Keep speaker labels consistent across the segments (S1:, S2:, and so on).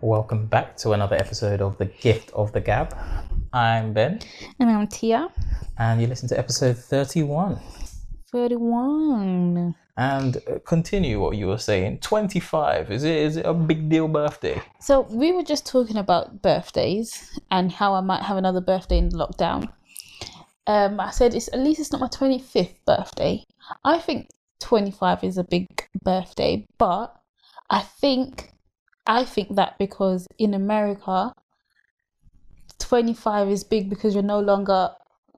S1: Welcome back to another episode of The Gift of the Gab. I'm Ben,
S2: And I'm Tia,
S1: and you listen to episode 31.
S2: 31.
S1: And uh, continue what you were saying. 25, is it, is it a big deal birthday?
S2: So, we were just talking about birthdays and how I might have another birthday in lockdown. Um, I said it's at least it's not my 25th birthday. I think 25 is a big birthday, but I think I think that because in America 25 is big because you're no longer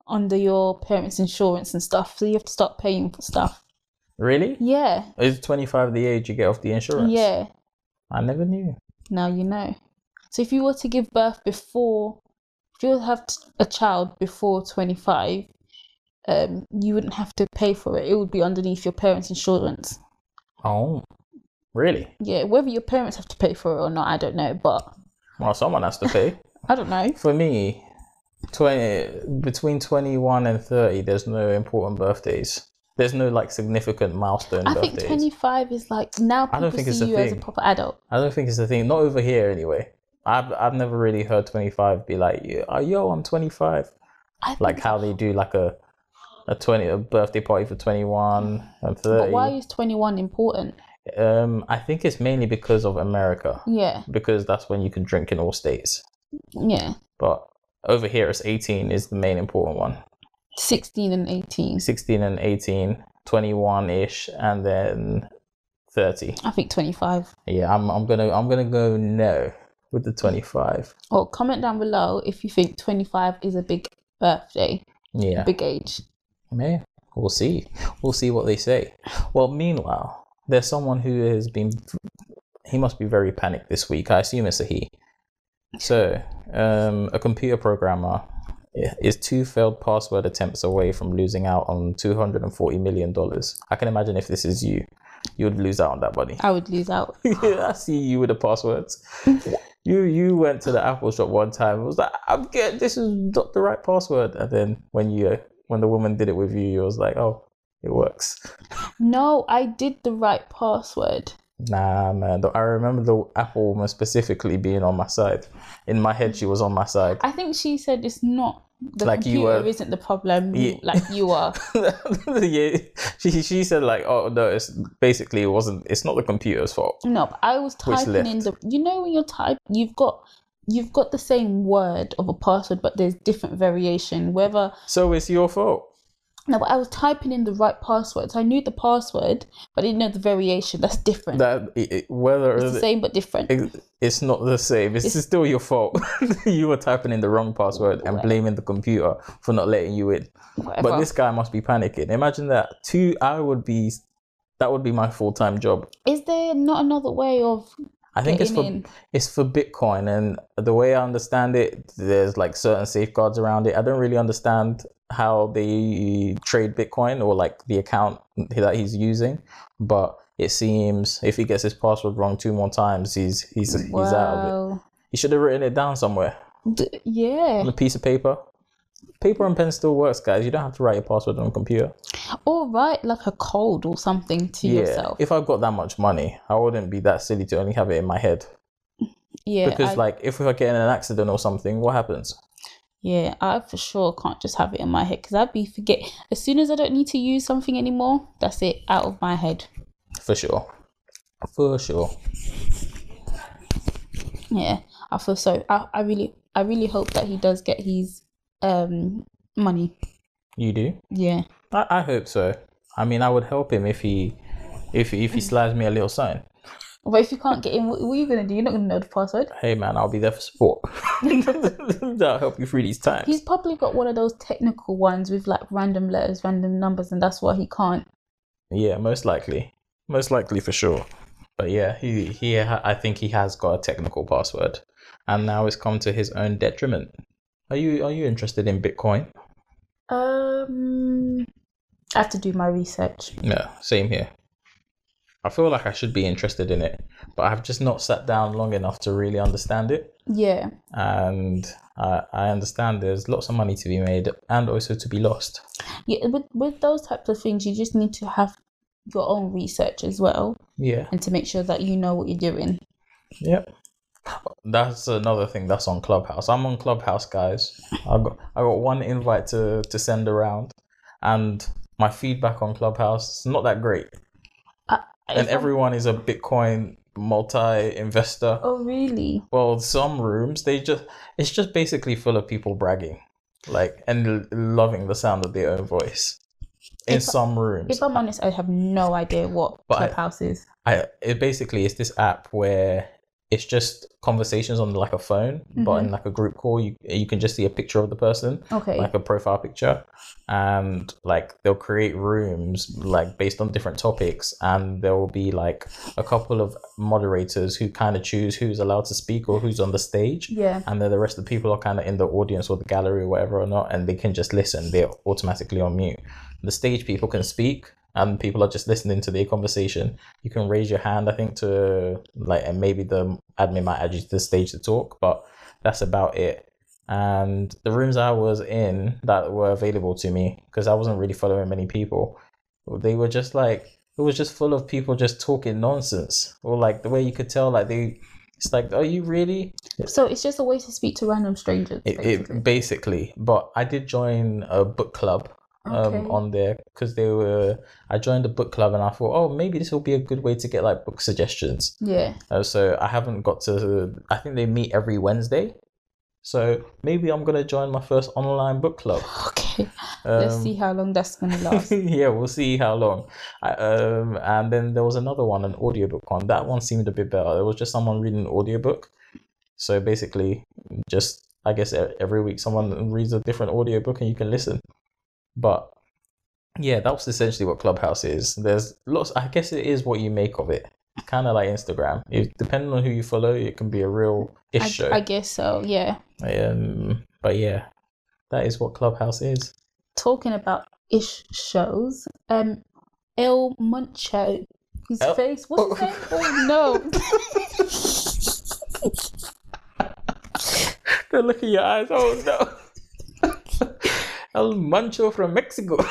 S2: under your parents' insurance and stuff, so you have to start paying for stuff.
S1: Really?
S2: Yeah.
S1: Is 25 the age you get off the insurance?
S2: Yeah.
S1: I never knew.
S2: now you know. So if you were to give birth before, if you were to have t- a child before 25, um, you wouldn't have to pay for it. It would be underneath your parents' insurance.
S1: Oh, really?
S2: Yeah, whether your parents have to pay for it or not, I don't know, but
S1: Well, someone has to pay.
S2: I don't know.
S1: For me, 20, between 21 and 30, there's no important birthdays. There's no like significant milestone
S2: I
S1: birthdays.
S2: think 25 is like now
S1: I
S2: people
S1: don't think
S2: see
S1: it's a
S2: you as a
S1: thing.
S2: proper adult.
S1: I don't think it's a thing. Not over here, anyway. I've I've never really heard twenty five be like, "Yo, uh, yo, I'm twenty five.
S2: I think,
S1: Like how they do like a a twenty a birthday party for twenty one and
S2: but
S1: thirty.
S2: why is 21 important?
S1: Um, I think it's mainly because of America,
S2: Yeah,
S1: because that's when you can drink in all states.
S2: yeah.
S1: But over here, it's eighteen is the main important one.
S2: 16 and 18.
S1: Sixteen and 18, 21 ish, and then thirty.
S2: I think 25.
S1: Yeah, I'm I'm gonna I'm gonna go no with the twenty five.
S2: Or comment down below if you think 25 is a big birthday,
S1: Yeah.
S2: big age.
S1: Yeah, we'll see. We'll see what they say. Well, meanwhile, there's someone who has been. He must be very panicked this week. I assume it's a he. So, um, a computer programmer is two failed password attempts away from losing out on $240 million. I can imagine if this is you, you would lose out on that money.
S2: I would lose out.
S1: I see you with the passwords. You you went to the Apple shop one time. It was like, I'm getting this is not the right password. And then when you when the woman did it with you, you was like, oh, it works.
S2: No, I did the right password.
S1: Nah, man. I remember the Apple woman specifically being on my side. In my head, she was on my side.
S2: I think she said it's not the
S1: Like you
S2: computer
S1: were-
S2: isn't the problem. you-
S1: Yeah.
S2: Like you are.
S1: yeah, she she said like, oh no, it's basically it wasn't. It's not the computer's fault.
S2: No, but I was
S1: Which
S2: typing in the. You know when you're type, you've got you've got the same word of a password, but there's different variation. Whether
S1: So it's your fault.
S2: no, but I was typing in the right password. So I knew the password, but I didn't know the variation. That's different.
S1: That it, it- whether
S2: it's the same but different.
S1: Ex- it's not the same. It's, still your fault. you were typing in the wrong password and blaming the computer for not letting you in. But
S2: Whatever.
S1: this guy must be panicking. Imagine that. Two, I would be. That would be my full time job.
S2: Is there not another way of?
S1: I think it's for
S2: Getting in.
S1: it's for Bitcoin, and the way I understand it, there's like certain safeguards around it. I don't really understand how they trade Bitcoin or like the account that he's using, but it seems if he gets his password wrong two more times, he's he's he's out of it.
S2: Wow.
S1: He should have written it down somewhere
S2: D- yeah.
S1: on a piece of paper. Paper and pen still works, guys. You don't have to write your password on a computer.
S2: Or write like a code or something to yourself.
S1: If I've got that much money, I wouldn't be that silly to only have it in my head.
S2: Yeah,
S1: because,
S2: I,
S1: like, if I get in an accident or something, what happens?
S2: yeah, I for sure can't just have it in my head because I'd be forget. As soon as I don't need to use something anymore, that's it out of my head.
S1: For sure. For sure.
S2: Yeah, I feel so. I, I really, I really hope that he does get his um money.
S1: You do?
S2: Yeah,
S1: I, I hope so. I mean, I would help him if he if if he slides me a little sign.
S2: but if you can't get in, what, what are you gonna do? You're not gonna know the password.
S1: Hey, man, I'll be there for support. That'll help you through these times.
S2: He's probably got one of those technical ones with like random letters, random numbers, and that's why he can't.
S1: Yeah, most likely. Most likely for sure. But yeah, he he ha- I think he has got a technical password. And now it's come to his own detriment. Are you are you interested in Bitcoin?
S2: Um, I have to do my research.
S1: No, same here. I feel like I should be interested in it, but I've just not sat down long enough to really understand it.
S2: Yeah,
S1: And I I understand there's lots of money to be made and also to be lost.
S2: yeah. With with those types of things, you just need to have your own research as well.
S1: Yeah.
S2: and to make sure that you know what you're doing.
S1: Yep. That's another thing that's on Clubhouse. I'm on Clubhouse, guys. I got I got one invite to to send around, and my feedback on Clubhouse is not that great. And
S2: Uh, If I'm-
S1: everyone is a Bitcoin multi investor.
S2: Oh really?
S1: Well, some rooms they just it's just basically full of people bragging, like and l- loving the sound of their own voice. In
S2: If-
S1: some rooms,
S2: If I'm honest, I have no idea what
S1: But I-
S2: Clubhouse is.
S1: I it basically is this app where it's just conversations on like a phone, but in like a group call, you you can just see a picture of the person,
S2: Okay.
S1: like a profile picture, and like they'll create rooms like based on different topics, and there will be like a couple of moderators who kind of choose who's allowed to speak or who's on the stage.
S2: yeah.
S1: And then the rest of the people are kind of in the audience or the gallery or whatever or not, and they can just listen. They're automatically on mute. The stage people can speak, and people are just listening to their conversation. You can raise your hand, I think, to like, and maybe the admin might add you to the stage to talk, but that's about it. And the rooms I was in that were available to me, because I wasn't really following many people, they were just like, it was just full of people just talking nonsense. Or like the way you could tell, like, they, it's like, are you really?
S2: So it's just a way to speak to random strangers.
S1: It,
S2: basically.
S1: it basically, but I did join a book club um,
S2: Okay.
S1: on there because they were. I joined a book club and I thought, oh, maybe this will be a good way to get like book suggestions.
S2: yeah.
S1: Uh, so I haven't got to. I think they meet every Wednesday, so maybe I'm gonna join my first online book club.
S2: Okay.
S1: Um,
S2: Let's see how long that's gonna last.
S1: yeah, we'll see how long. I, um, and then there was another one, an audiobook one. That one seemed a bit better. It was just someone reading an audiobook. So basically, just I guess e- every week someone reads a different audiobook and you can listen. But yeah, that's essentially what Clubhouse is. There's lots. I guess it is what you make of it. Kind of like Instagram. If, depending on who you follow, it can be a real
S2: I,
S1: issue.
S2: I guess so. Yeah.
S1: um, but yeah, that is what Clubhouse is.
S2: Talking about ish shows. Um, El Muncho. His
S1: El-
S2: face. What's his name? Oh no.
S1: Don't look at your eyes. Oh no. El Mancho from Mexico.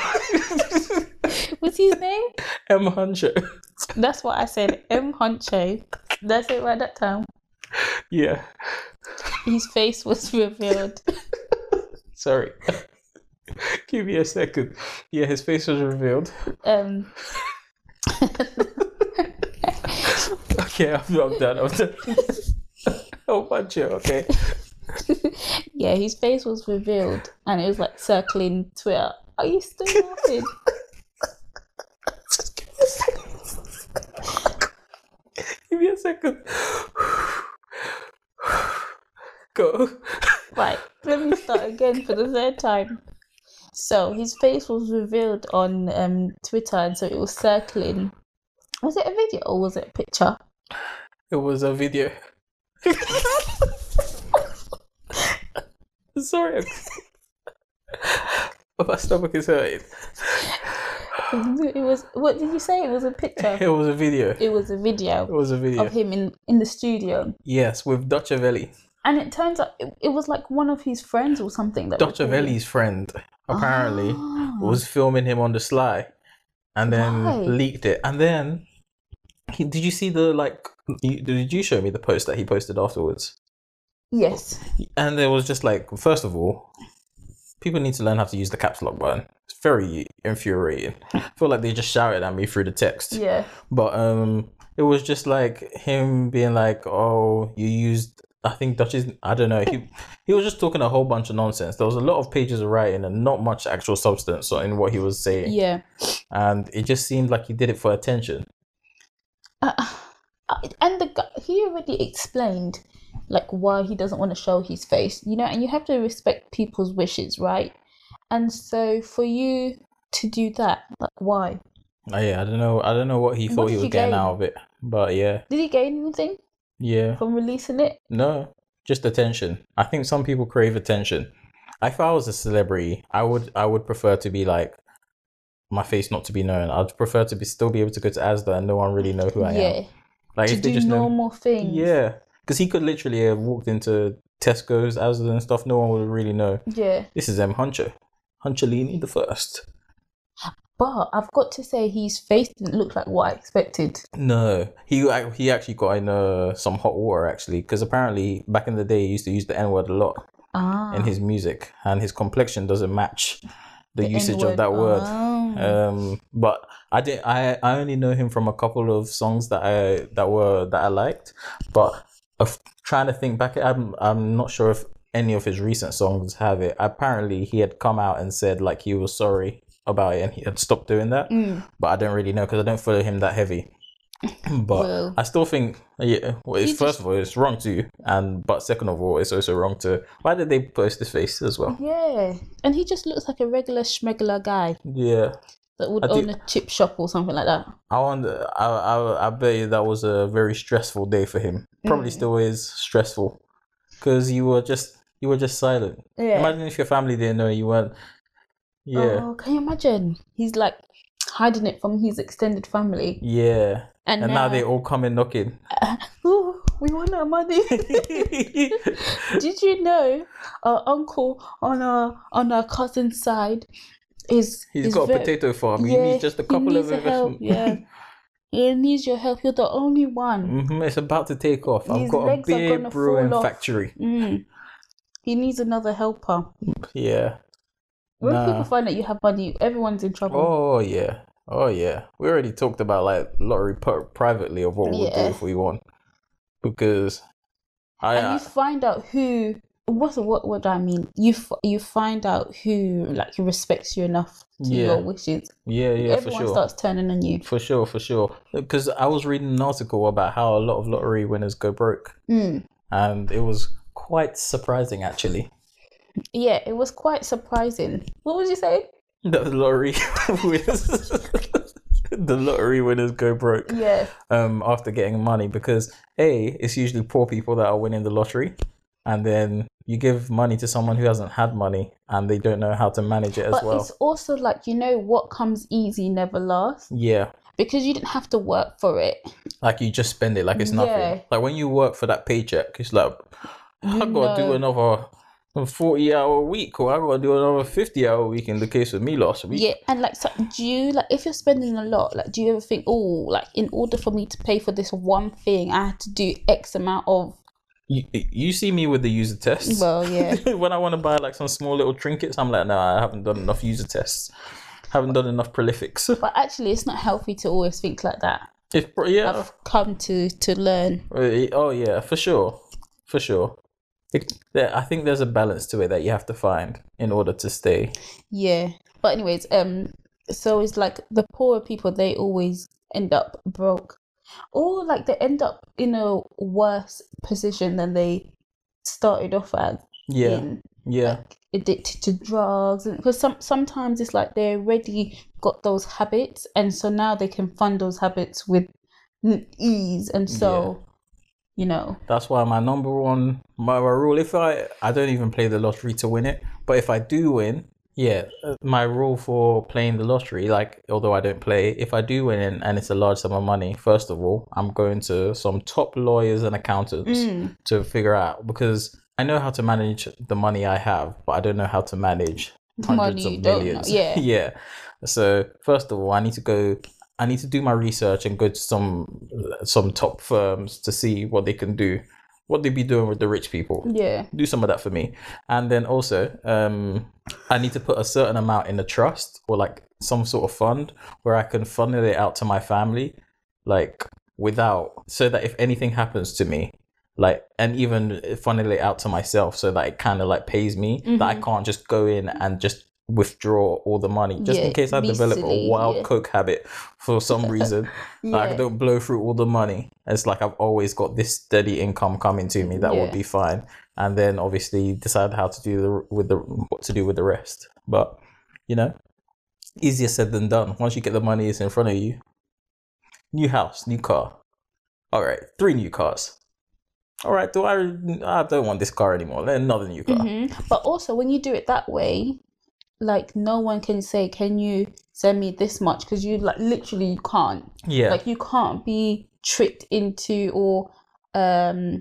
S2: What's his name?
S1: M Huncho.
S2: That's what I said. M Huncho. That's it right that time.
S1: Yeah.
S2: His face was revealed.
S1: Sorry. Give me a second. Yeah, his face was revealed.
S2: Um,
S1: Okay, I'm, I'm done. I'm done. El Mancho, okay.
S2: yeah, his face was revealed, and it was like circling Twitter. Are you still laughing?
S1: Give me a second. Go.
S2: Right, let me start again for the third time. So his face was revealed on um Twitter, and so it was circling. Was it a video or was it a picture?
S1: It was a video. Sorry. I'm- My stomach is hurting.
S2: It was. What did you say? It was a picture.
S1: It was a video. It
S2: It was a video
S1: was a video.
S2: of him in in the studio.
S1: Yes, with Docevelli.
S2: And it turns out it, it was like one of his friends or something that recorded.
S1: Docevelli's friend apparently
S2: Ah.
S1: was filming him on the sly, and then
S2: Why?
S1: leaked it. And then, he, did you see the like? You, did you show me the post that he posted afterwards?
S2: Yes.
S1: And there was just like, first of all, people need to learn how to use the caps lock button. It's very infuriating. I feel like they just shouted at me through the text.
S2: Yeah.
S1: But um, it was just like him being like, "Oh, you used." I think Dutch is. I don't know. He he was just talking a whole bunch of nonsense. There was a lot of pages of writing and not much actual substance in what he was saying.
S2: Yeah.
S1: And it just seemed like he did it for attention.
S2: Uh, uh, and the guy, he already explained like why he doesn't want to show his face, you know, and you have to respect people's wishes, right? And so for you to do that, like why?
S1: Oh, yeah, I don't know. I don't know what he
S2: What
S1: thought he
S2: did
S1: was
S2: you
S1: getting
S2: gain?
S1: out of it. But yeah,
S2: Did he gain anything
S1: yeah,
S2: from releasing it?
S1: no, just attention. I think some people crave attention. If I was a celebrity, I would I would prefer to be like my face not to be known. I'd prefer to be still be able to go to ASDA and no one really know who I am.
S2: yeah.
S1: Like
S2: To
S1: if they
S2: do
S1: just know,
S2: normal things.
S1: yeah, because he could literally have walked into Tesco's, Asda, and stuff. No one would really know
S2: Yeah.
S1: this is M Hunter, Huncherlini the first.
S2: But I've got to say, his face didn't look like what I expected.
S1: No, he ac- he actually got in uh, some hot water actually because apparently back in the day he used to use the N word a lot
S2: Ah,
S1: in his music, and his complexion doesn't match the, usage
S2: N-word.
S1: of that word.
S2: Oh.
S1: Um, but I did. I I only know him from a couple of songs that I that were that I liked, but of trying to think back, I'm I'm not sure if any of his recent songs have it. Apparently, he had come out and said like he was sorry about it and he had stopped doing that.
S2: Mm,
S1: But I don't really know because I don't follow him that heavy. But
S2: well,
S1: I still think, yeah. Well, it's,
S2: He
S1: first
S2: just-
S1: of all, it's wrong to you, and but second of all, it's also wrong to. Why did they post his face as well?
S2: yeah. And he just looks like a regular schmegular guy
S1: Yeah,
S2: that would
S1: I
S2: own
S1: think-
S2: a chip shop or something like that.
S1: I wonder. I, I I bet you that was a very stressful day for him. Probably
S2: Mm.
S1: still is stressful, because you were just you were just silent.
S2: Yeah.
S1: Imagine if your family didn't know you weren't. Yeah,
S2: Oh, can you imagine? He's like hiding it from his extended family,
S1: yeah,
S2: and,
S1: and now
S2: now,
S1: they all come in knocking.
S2: Ooh, we want our money. Did you know our uncle on our on our cousin's side is
S1: He's
S2: is
S1: got a
S2: very-
S1: potato farm.
S2: Yeah,
S1: he needs just a
S2: he
S1: couple of
S2: needs your help,
S1: investments.
S2: yeah. He needs your help. You're the only one.
S1: hmm it's about to take off. I've
S2: His
S1: got a
S2: legs are
S1: beer
S2: gonna
S1: brewing
S2: fall off.
S1: factory.
S2: Mm. He needs another helper.
S1: Yeah.
S2: When
S1: Nah.
S2: people find out you have money, everyone's in trouble.
S1: Oh yeah. Oh yeah. We already talked about like lottery per- privately of what we'll
S2: Yeah.
S1: do if we won, because I,
S2: and you find out who what what would I mean? You f- you find out who like respects you enough to
S1: Yeah.
S2: your wishes.
S1: yeah yeah for
S2: Everyone
S1: sure.
S2: starts turning on you.
S1: for sure, for sure. Because I was reading an article about how a lot of lottery winners go broke,
S2: Mm.
S1: and it was quite surprising actually.
S2: Yeah, it was quite surprising. What would you say?
S1: The lottery winners, the lottery winners go broke.
S2: Yeah,
S1: um, after getting money because a it's usually poor people that are winning the lottery, and then you give money to someone who hasn't had money and they don't know how to manage it as
S2: but
S1: well.
S2: it's also like you know what comes easy never lasts
S1: Yeah,
S2: because you didn't have to work for it.
S1: like you just spend it like it's
S2: Yeah.
S1: nothing. Like when you work for that paycheck, it's like I gotta do
S2: know.
S1: another forty hour week or I gotta do another fifty hour week. In the case of me last week,
S2: Yeah, and like, so, do you like if you're spending a lot? Like, do you ever think, oh, like in order for me to pay for this one thing, I had to do X amount of?
S1: you, you see me with the user tests.
S2: Well, yeah,
S1: when I want to buy like some small little trinkets, I'm like, no, I haven't done enough user tests. Haven't done enough prolifics.
S2: but actually, it's not healthy to always think like that.
S1: If yeah,
S2: I've come to to learn.
S1: Uh, Oh yeah, for sure, for sure. It, there, I think there's a balance to it that you have to find in order to stay.
S2: Yeah, but anyways, um, so it's like the poorer people they always end up broke, or like they end up in a worse position than they started off as.
S1: Yeah,
S2: in.
S1: yeah,
S2: like addicted to drugs and because some sometimes it's like they already got those habits and so now they can fund those habits with n- ease and so you know
S1: that's why my number one my, my rule. If I I don't even play the lottery to win it, but if I do win, yeah, uh, my rule for playing the lottery, like although I don't play, if I do win it and it's a large sum of money, first of all, I'm going to some top lawyers and accountants.
S2: Mm,
S1: to figure out because I know how to manage the money I have, but I don't know how to manage
S2: The
S1: hundreds
S2: money you
S1: of
S2: don't know,
S1: millions.
S2: yeah.
S1: yeah. So first of all, I need to go. I need to do my research and go to some some top firms to see what they can do, what they be doing with the rich people.
S2: yeah
S1: Do some of that for me, and then also um, I need to put a certain amount in a trust or like some sort of fund where I can funnel it out to my family, like without so that if anything happens to me like and even funnel it out to myself so that it kind of like pays me
S2: Mm-hmm.
S1: that i can't just go in and just withdraw all the money just in
S2: Yeah,
S1: case i
S2: be
S1: develop
S2: silly,
S1: a wild
S2: yeah.
S1: coke habit for some reason like i
S2: Yeah.
S1: don't blow through all the money it's like i've always got this steady income coming to me that would
S2: Yeah.
S1: be fine and then obviously decide how to do the, with the what to do with the rest but you know easier said than done once you get the money it's in front of you new house new car all right three new cars all right do i i don't want this car anymore let another new car
S2: Mhm. but also when you do it that way like no one can say can you send me this much because you like literally you can't
S1: yeah
S2: like you can't be tricked into or um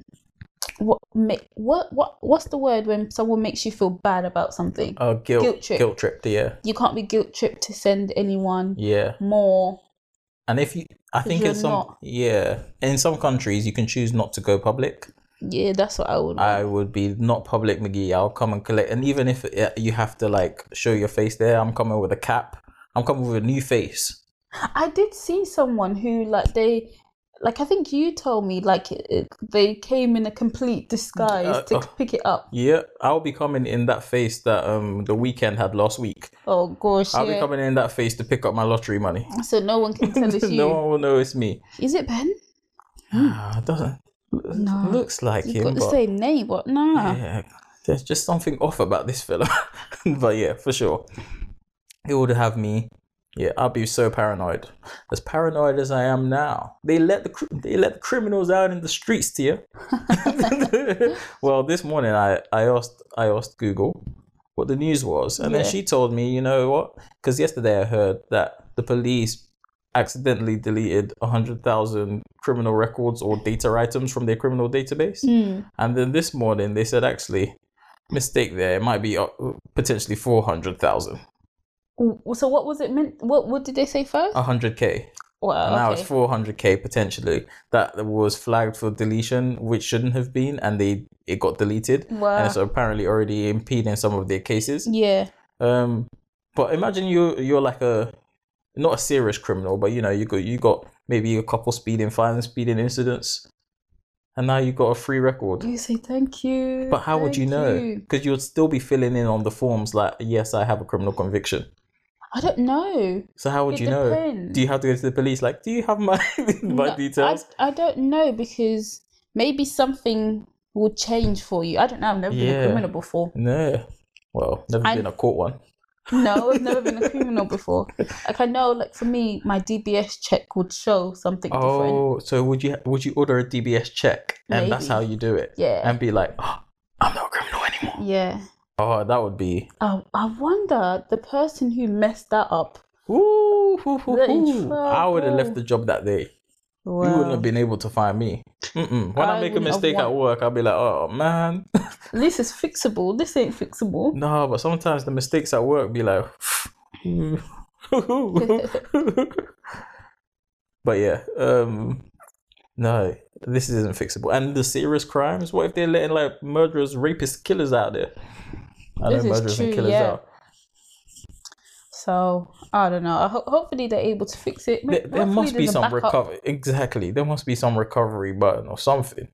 S2: what make what what what's the word when someone makes you feel bad about something?
S1: Oh, guilt,
S2: Guilt trip.
S1: guilt tripped. Yeah,
S2: You can't be guilt tripped to send anyone
S1: yeah.
S2: more.
S1: And if you, I think
S2: you're
S1: in some,
S2: not.
S1: yeah, in some countries you can choose not to go public.
S2: Yeah, that's what I would.
S1: I would be not public, McGee. I'll come and collect. And even if uh, you have to like show your face there, I'm coming with a cap. I'm coming with a new face.
S2: I did see someone who like they like I think you told me like it, it- they came in a complete disguise
S1: Uh,
S2: to
S1: oh.
S2: pick it up.
S1: Yeah, I'll be coming in that face that um the weekend had last week.
S2: Oh gosh,
S1: I'll be
S2: yeah.
S1: coming in that face to pick up my lottery money.
S2: So no one can tell it's you.
S1: no one will know it's me.
S2: Is it Ben?
S1: Ah, it doesn't
S2: No.
S1: looks like
S2: You've
S1: him,
S2: got the
S1: but
S2: same name, but nah.
S1: yeah, there's just something off about this fella. but yeah, for sure, he would have me. Yeah, I'd be so paranoid, as paranoid as I am now. They let the cr- they let the criminals out in the streets, dear. well, this morning I I asked I asked Google what the news was, and then
S2: Yeah.
S1: she told me, you know what? Because yesterday I heard that the police accidentally deleted 100,000 criminal records or data items from their criminal database.
S2: Hmm.
S1: And then this morning they said, actually, mistake there. It might be uh, potentially 400,000,
S2: W- So what was it meant? What what did they say first?
S1: 100K.
S2: wow,
S1: And now
S2: okay.
S1: it's 400K potentially that was flagged for deletion, which shouldn't have been, and they it got deleted. And
S2: Wow.
S1: it's apparently already impeding some of their cases.
S2: Uh. yeah,
S1: Um, but imagine you you're like a not a serious criminal, but you know you got you got maybe a couple speeding, fine speeding incidents, and now you got a free record.
S2: you say thank you.
S1: But how would you know?
S2: thank
S1: Because you. would still be filling in on the forms like, yes, I have a criminal conviction.
S2: I don't know.
S1: So how would
S2: It
S1: you know?
S2: depends.
S1: Do you have to go to the police? Like, do you have my my
S2: No, I-
S1: details?
S2: I, don't know because maybe something will change for you. I don't know. I've never been
S1: Yeah.
S2: a criminal before.
S1: No. Well, never
S2: I'm-
S1: been a court one.
S2: No, I've never been a criminal before. Like I know, like for me, my DBS check would show something different.
S1: Oh, so would you would you order a DBS check and that's
S2: Maybe.
S1: how you do it?
S2: Yeah,
S1: And be like, "Oh, I'm not a criminal anymore.
S2: yeah.
S1: Oh, that would be
S2: I, Um, I wonder the person who messed that up.
S1: Ooh, hoo, hoo,
S2: They're in
S1: hoo. I would have
S2: trouble.
S1: left the job that day. You
S2: Wow.
S1: wouldn't have been able to find me. Mm-mm. When I,
S2: I
S1: make a
S2: wouldn't have
S1: mistake at
S2: want-
S1: work, I'll be like, oh man.
S2: This is fixable. This ain't fixable.
S1: no, but sometimes the mistakes at work be like, but yeah, um, no, this isn't fixable. And the serious crimes, what if they're letting like murderers, rapists, killers out there? I know
S2: This is
S1: murderers and
S2: true,
S1: killers
S2: yeah.
S1: out.
S2: So I don't know. I ho- hopefully they're able to fix it.
S1: There, there
S2: Hopefully
S1: must be
S2: there's a
S1: some
S2: backup.
S1: recovery. Exactly. There must be some recovery button or something.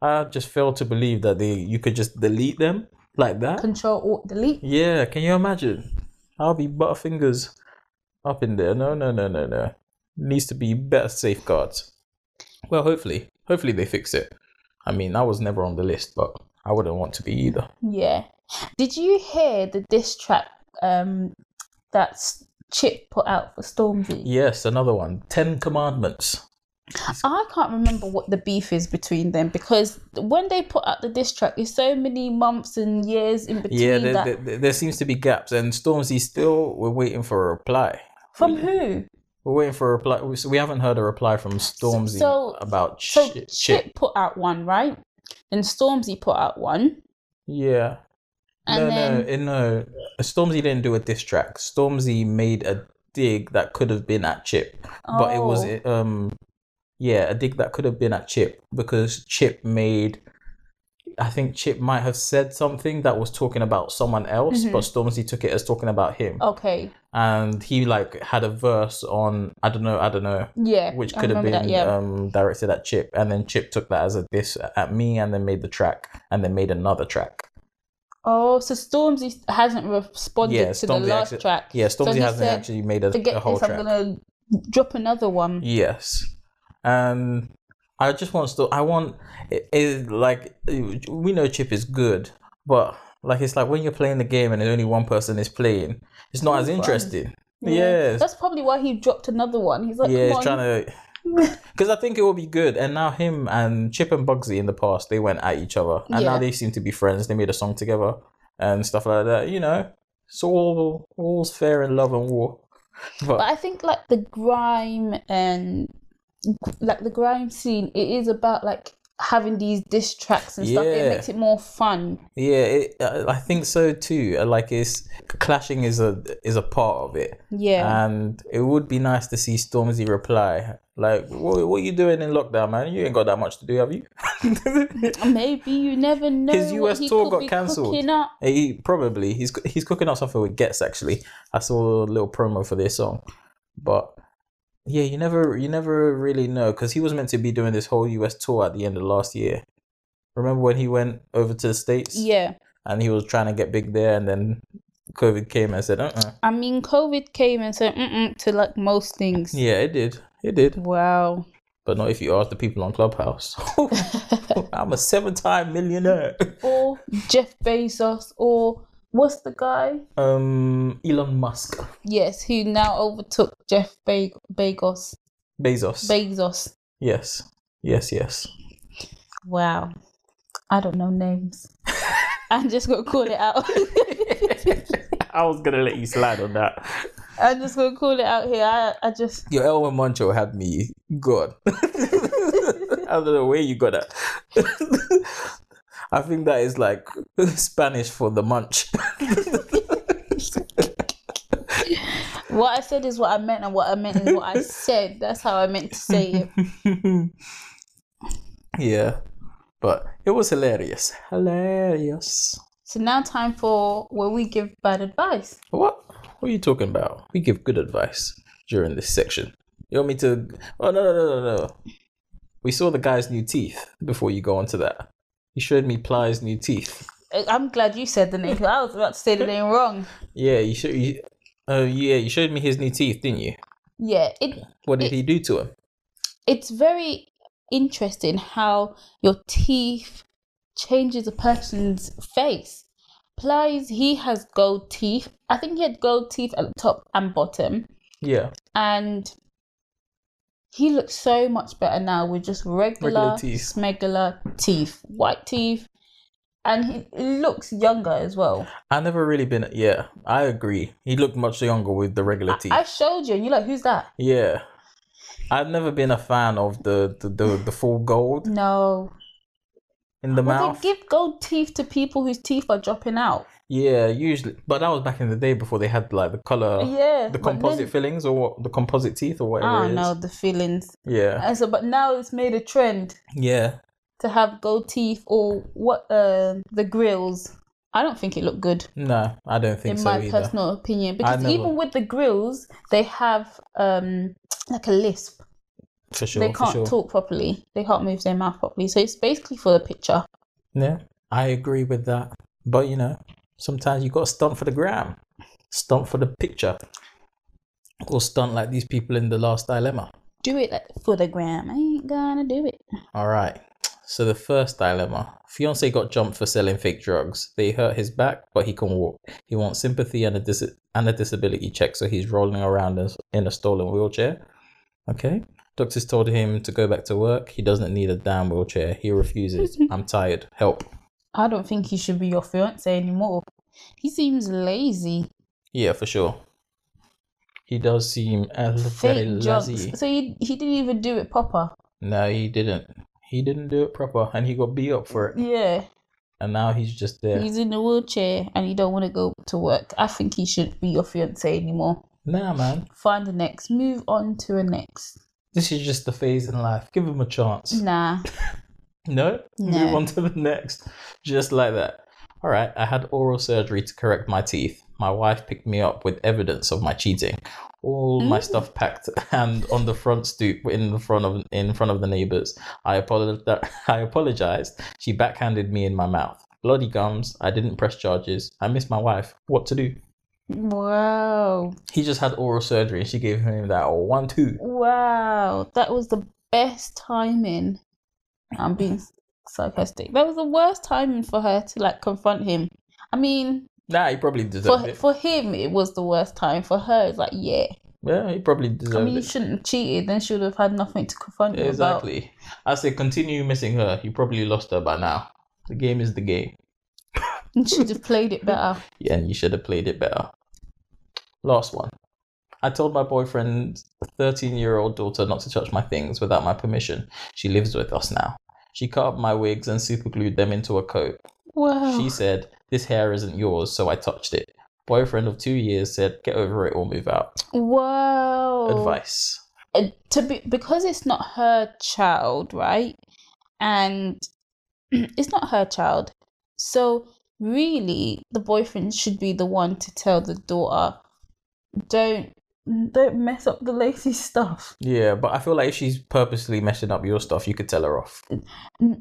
S1: I just fail to believe that they you could just delete them like that.
S2: Control Alt Delete.
S1: Yeah, can you imagine? I'll be butterfingers up in there. No, no, no, no, no. Needs to be better safeguards. Well, hopefully, hopefully they fix it. I mean, I was never on the list, but I wouldn't want to be either.
S2: Yeah. Did you hear the diss track um that S- Chip put out for Stormzy?
S1: Yes, another one. Ten Commandments.
S2: I can't remember what the beef is between them because when they put out the diss track, it's so many months and years in between
S1: Yeah,
S2: that.
S1: there, there, there seems to be gaps, and Stormzy still we're waiting for a reply.
S2: From who?
S1: We're waiting for a reply. We- So we haven't heard a reply from Stormzy
S2: so-
S1: about
S2: So
S1: shit.
S2: Chip put out one, right? And Stormzy put out one.
S1: Yeah.
S2: And
S1: no,
S2: then
S1: no, it- no. Stormzy didn't do a diss track. Stormzy made a dig that could have been at Chip, but it was
S2: Oh.
S1: um, yeah, a dig that could have been at Chip because Chip made. I think Chip might have said something that was talking about someone else,
S2: Mhm.
S1: but Stormzy took it as talking about him,
S2: Okay.
S1: and he like had a verse on I don't know, I don't know.
S2: Yeah.
S1: which
S2: I
S1: could have
S2: remember
S1: been
S2: that, yeah.
S1: um, directed at Chip, and then Chip took that as a diss at me, and then made the track, and then made another track.
S2: oh, so Stormzy hasn't responded
S1: Yeah,
S2: to
S1: Stormzy
S2: the last
S1: actually-
S2: track.
S1: Yeah, Stormzy
S2: he
S1: hasn't
S2: said,
S1: actually made a, a
S2: Forget
S1: whole
S2: this,
S1: track.
S2: I'm gonna drop another one.
S1: Yes, and I just want to. I want it, it like it- we know Chip is good, but like it's like when you're playing the game and there's only one person is playing, it's not
S2: It's
S1: as
S2: not fun.
S1: interesting. Yes,
S2: That's probably why he dropped another one. He's like,
S1: yeah,
S2: come
S1: he's
S2: on.
S1: trying to. Because I think it will be good. And now him and Chip and Bugsy in the past, they went at each other, and now
S2: Yeah.
S1: they seem to be friends. They made a song together and stuff like that. You know, so all all's fair in love and war. But,
S2: But I think like the grime and like the grime scene, it is about like having these diss tracks and stuff. It
S1: Yeah.
S2: makes it more fun.
S1: Yeah, it, uh, I I think so too. Uh, Like it's clashing is a is a part of it,
S2: Yeah.
S1: and it would be nice to see Stormzy reply like, "What what you doing in lockdown, man? You ain't got that much to do, have you?"
S2: Maybe you never know.
S1: His
S2: what
S1: US
S2: he
S1: tour
S2: could
S1: got
S2: be
S1: cancelled.
S2: cooking up.
S1: he probably he's he's cooking up something with Gets actually. I saw a little promo for their song, but yeah, you never you never really know because he was meant to be doing this whole US tour at the end of last year. Remember when he went over to the states?
S2: Yeah.
S1: and he was trying to get big there, and then COVID came and said, "Uh, uh
S2: I mean, COVID came and said, mm to like most things.
S1: yeah, it did, it did."
S2: Wow.
S1: But not if you ask the people on Clubhouse. I'm a seven-time millionaire.
S2: Or Jeff Bezos, or what's the guy?
S1: Um, Elon Musk,
S2: Yes, who now overtook Jeff Be- Bezos.
S1: Bezos.
S2: Bezos.
S1: yes, yes, yes.
S2: Wow. I don't know names. I'm just going to call it out.
S1: I was gonna let you slide on that.
S2: I'm just going to call it out here. I, I just,
S1: Your Elwin Moncho had me gone. I don't know where you got that. I think that is like Spanish for the munch.
S2: what I said is what I meant, and what I meant is what I said. That's how I meant to say it.
S1: yeah, but it was hilarious. Hilarious.
S2: So now, time for where we give bad advice.
S1: What? What are you talking about? We give good advice during this section. You want me to? Oh no no no no no. We saw the guy's new teeth before you go on to that. You showed me Ply's new teeth.
S2: Uh, I'm glad you said the name. 'cause I was about to say the name wrong.
S1: Yeah, you showed. You, oh yeah, you showed me his new teeth, didn't you?
S2: Yeah, it
S1: What did he do to him?
S2: it's very interesting how your teeth changes a person's face. Plies, he has gold teeth. I think he had gold teeth at the top and bottom,
S1: Yeah,
S2: and he looks so much better now with just regular,
S1: Regular teeth.
S2: regular teeth, white teeth, and he he looks younger as well.
S1: I never really been. Yeah, I agree. He looked much younger with the regular teeth.
S2: I showed you, and you're like, "Who's that?"
S1: Yeah. I've never been a fan of the the, the, the full gold
S2: No,
S1: in the
S2: Well, they
S1: mouth.
S2: give gold teeth to people whose teeth are dropping out.
S1: Yeah, usually, but that was back in the day before they had like the color,
S2: yeah.
S1: Oh, the
S2: but then- Ah,
S1: composite fillings or what, the composite teeth or whatever
S2: I
S1: it
S2: don't
S1: is.
S2: know the feelings.
S1: Yeah,
S2: And so, but now it's made a trend
S1: yeah.
S2: to have gold teeth or what? Uh, the grills. I don't think it looked good,
S1: No, I don't think
S2: in
S1: so
S2: my
S1: either.
S2: personal opinion, because
S1: never-
S2: even with the grills, they have um like a lisp.
S1: for sure,
S2: they
S1: for
S2: can't
S1: sure.
S2: talk properly. They can't move their mouth properly. So it's basically for the picture.
S1: Yeah, I agree with that. But you know, sometimes you got to stunt for the gram, stunt for the picture, or stunt like these people in the Last Dilemma.
S2: Do it like for the gram. I ain't gonna do it.
S1: All right. So the first dilemma: fiance got jumped for selling fake drugs. They hurt his back, but he can walk. He wants sympathy and a dis- and a disability check, so he's rolling around in- in a stolen wheelchair. Okay. Doctors told him to go back to work. He doesn't need a damn wheelchair. He refuses. I'm tired. Help.
S2: I don't think he should be your fiance anymore. He seems lazy.
S1: Yeah, for sure. He does seem uh, very
S2: Fake drugs.
S1: lazy.
S2: So he, he didn't even do it proper.
S1: No, he didn't. He didn't do it proper, and he got beat up for it.
S2: Yeah.
S1: And now he's just there.
S2: He's in a wheelchair and he don't want to go to work. I think he should be your fiance anymore.
S1: nah, man.
S2: Find the next. Move on to a next.
S1: This is just the phase in life. Give him a chance.
S2: Nah.
S1: No? Move
S2: No.
S1: on to the next. Just like that. All right, I had oral surgery to correct my teeth. My wife picked me up with evidence of my cheating. All my stuff packed and on the front stoop in the front of in front of the neighbors. I apologized. I apologized. She backhanded me in my mouth. Bloody gums. I didn't press charges. I miss my wife. What to do?
S2: Wow.
S1: He just had oral surgery and she gave him that one two.
S2: Wow. That was the best timing. I'm being sarcastic. That was the worst timing for her to like confront him. I mean,
S1: Nah, he probably deserved
S2: for
S1: it.
S2: for him it was the worst time. For her, it's like yeah.
S1: Yeah, he probably
S2: I
S1: deserved
S2: mean, you
S1: it.
S2: shouldn't have cheated. Then she would have had nothing to confront you about.
S1: Exactly. I say continue missing her. You probably lost her by now. The game is the game.
S2: And she'd have played it better.
S1: Yeah, and you should have played it better. Last one. I told my boyfriend's 13 year old daughter not to touch my things without my permission. She lives with us now. She cut up my wigs and superglued them into a coat.
S2: Wow.
S1: She said, This hair isn't yours, so I touched it. Boyfriend of two years said, Get over it or move out.
S2: Wow.
S1: Advice.
S2: Uh, to be because it's not her child, right? And it's not her child. So really the boyfriend should be the one to tell the daughter don't don't mess up the lady's stuff.
S1: Yeah, but I feel like if she's purposely messing up your stuff, you could tell her off.
S2: N-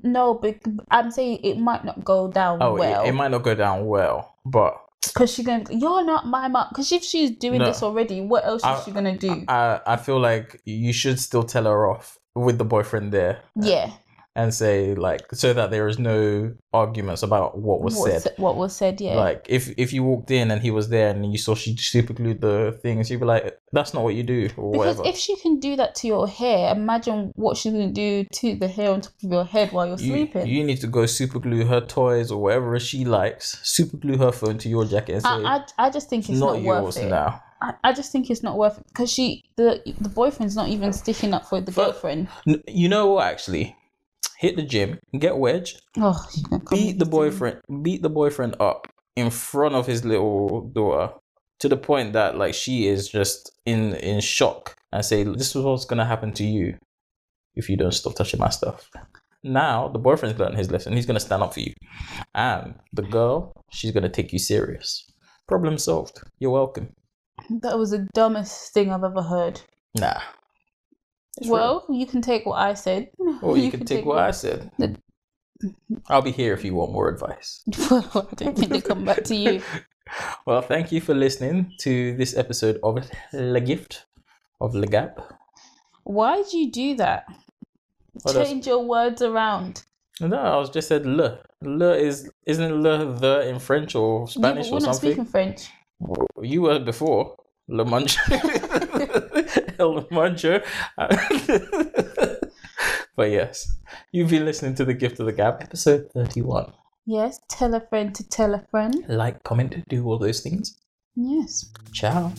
S2: No, but I'm saying it might not go down
S1: Oh, it-
S2: well
S1: it, might not go down well, but
S2: because she's going. You're not my mom. Because if she's doing
S1: No.
S2: this already, what else
S1: I-
S2: is she gonna do?
S1: I, I feel like you should still tell her off with the boyfriend there
S2: yeah,
S1: and say, like, so that there is no arguments about what was
S2: what,
S1: said.
S2: s- what was said? Yeah,
S1: Like if if you walked in and he was there and you saw she super glued the things, you'd be like, "That's not what you do," or
S2: Because
S1: whatever.
S2: if she can do that to your hair, imagine what she's gonna do to the hair on top of your head while you're
S1: you,
S2: sleeping.
S1: you need to go super glue her toys or whatever she likes. Super glue her phone to your jacket and say,
S2: I, I, I just think it's
S1: "Not
S2: not,
S1: yours
S2: worth it.
S1: now."
S2: I, I just think it's not worth it because she the the boyfriend's not even sticking up for the
S1: But-
S2: girlfriend.
S1: N- You know what? Actually, hit the gym, get wedge,
S2: Oh, she's gonna come
S1: beat
S2: with
S1: the
S2: this
S1: boyfriend, beat the boyfriend up in front of his little daughter to the point that like she is just in in shock and say, "This is what's gonna happen to you if you don't stop touching my stuff." Now the boyfriend's learned his lesson. He's gonna stand up for you, and the girl she's gonna take you serious. Problem solved. You're welcome.
S2: thing. That was the dumbest thing I've ever heard.
S1: Nah. It's
S2: well, you can take what I said.
S1: real. or you, can, take, what I said.
S2: The-
S1: I'll be here if you want more advice.
S2: Well, I don't think they come back to you.
S1: Well, thank you for listening to this episode of Le Gift of Le Gap.
S2: Why do you do that?
S1: What else?
S2: Change your words around.
S1: No, I was just said le. Le is isn't le the in French or
S2: Yeah, but
S1: Spanish
S2: we're
S1: or
S2: not
S1: something.
S2: speaking French.
S1: You were before le manche. El manche. but yes, you've been listening to the Gift of the Gap, episode thirty-one.
S2: Yes, tell a friend to tell a friend.
S1: Like, comment, do all those things.
S2: Yes.
S1: Ciao.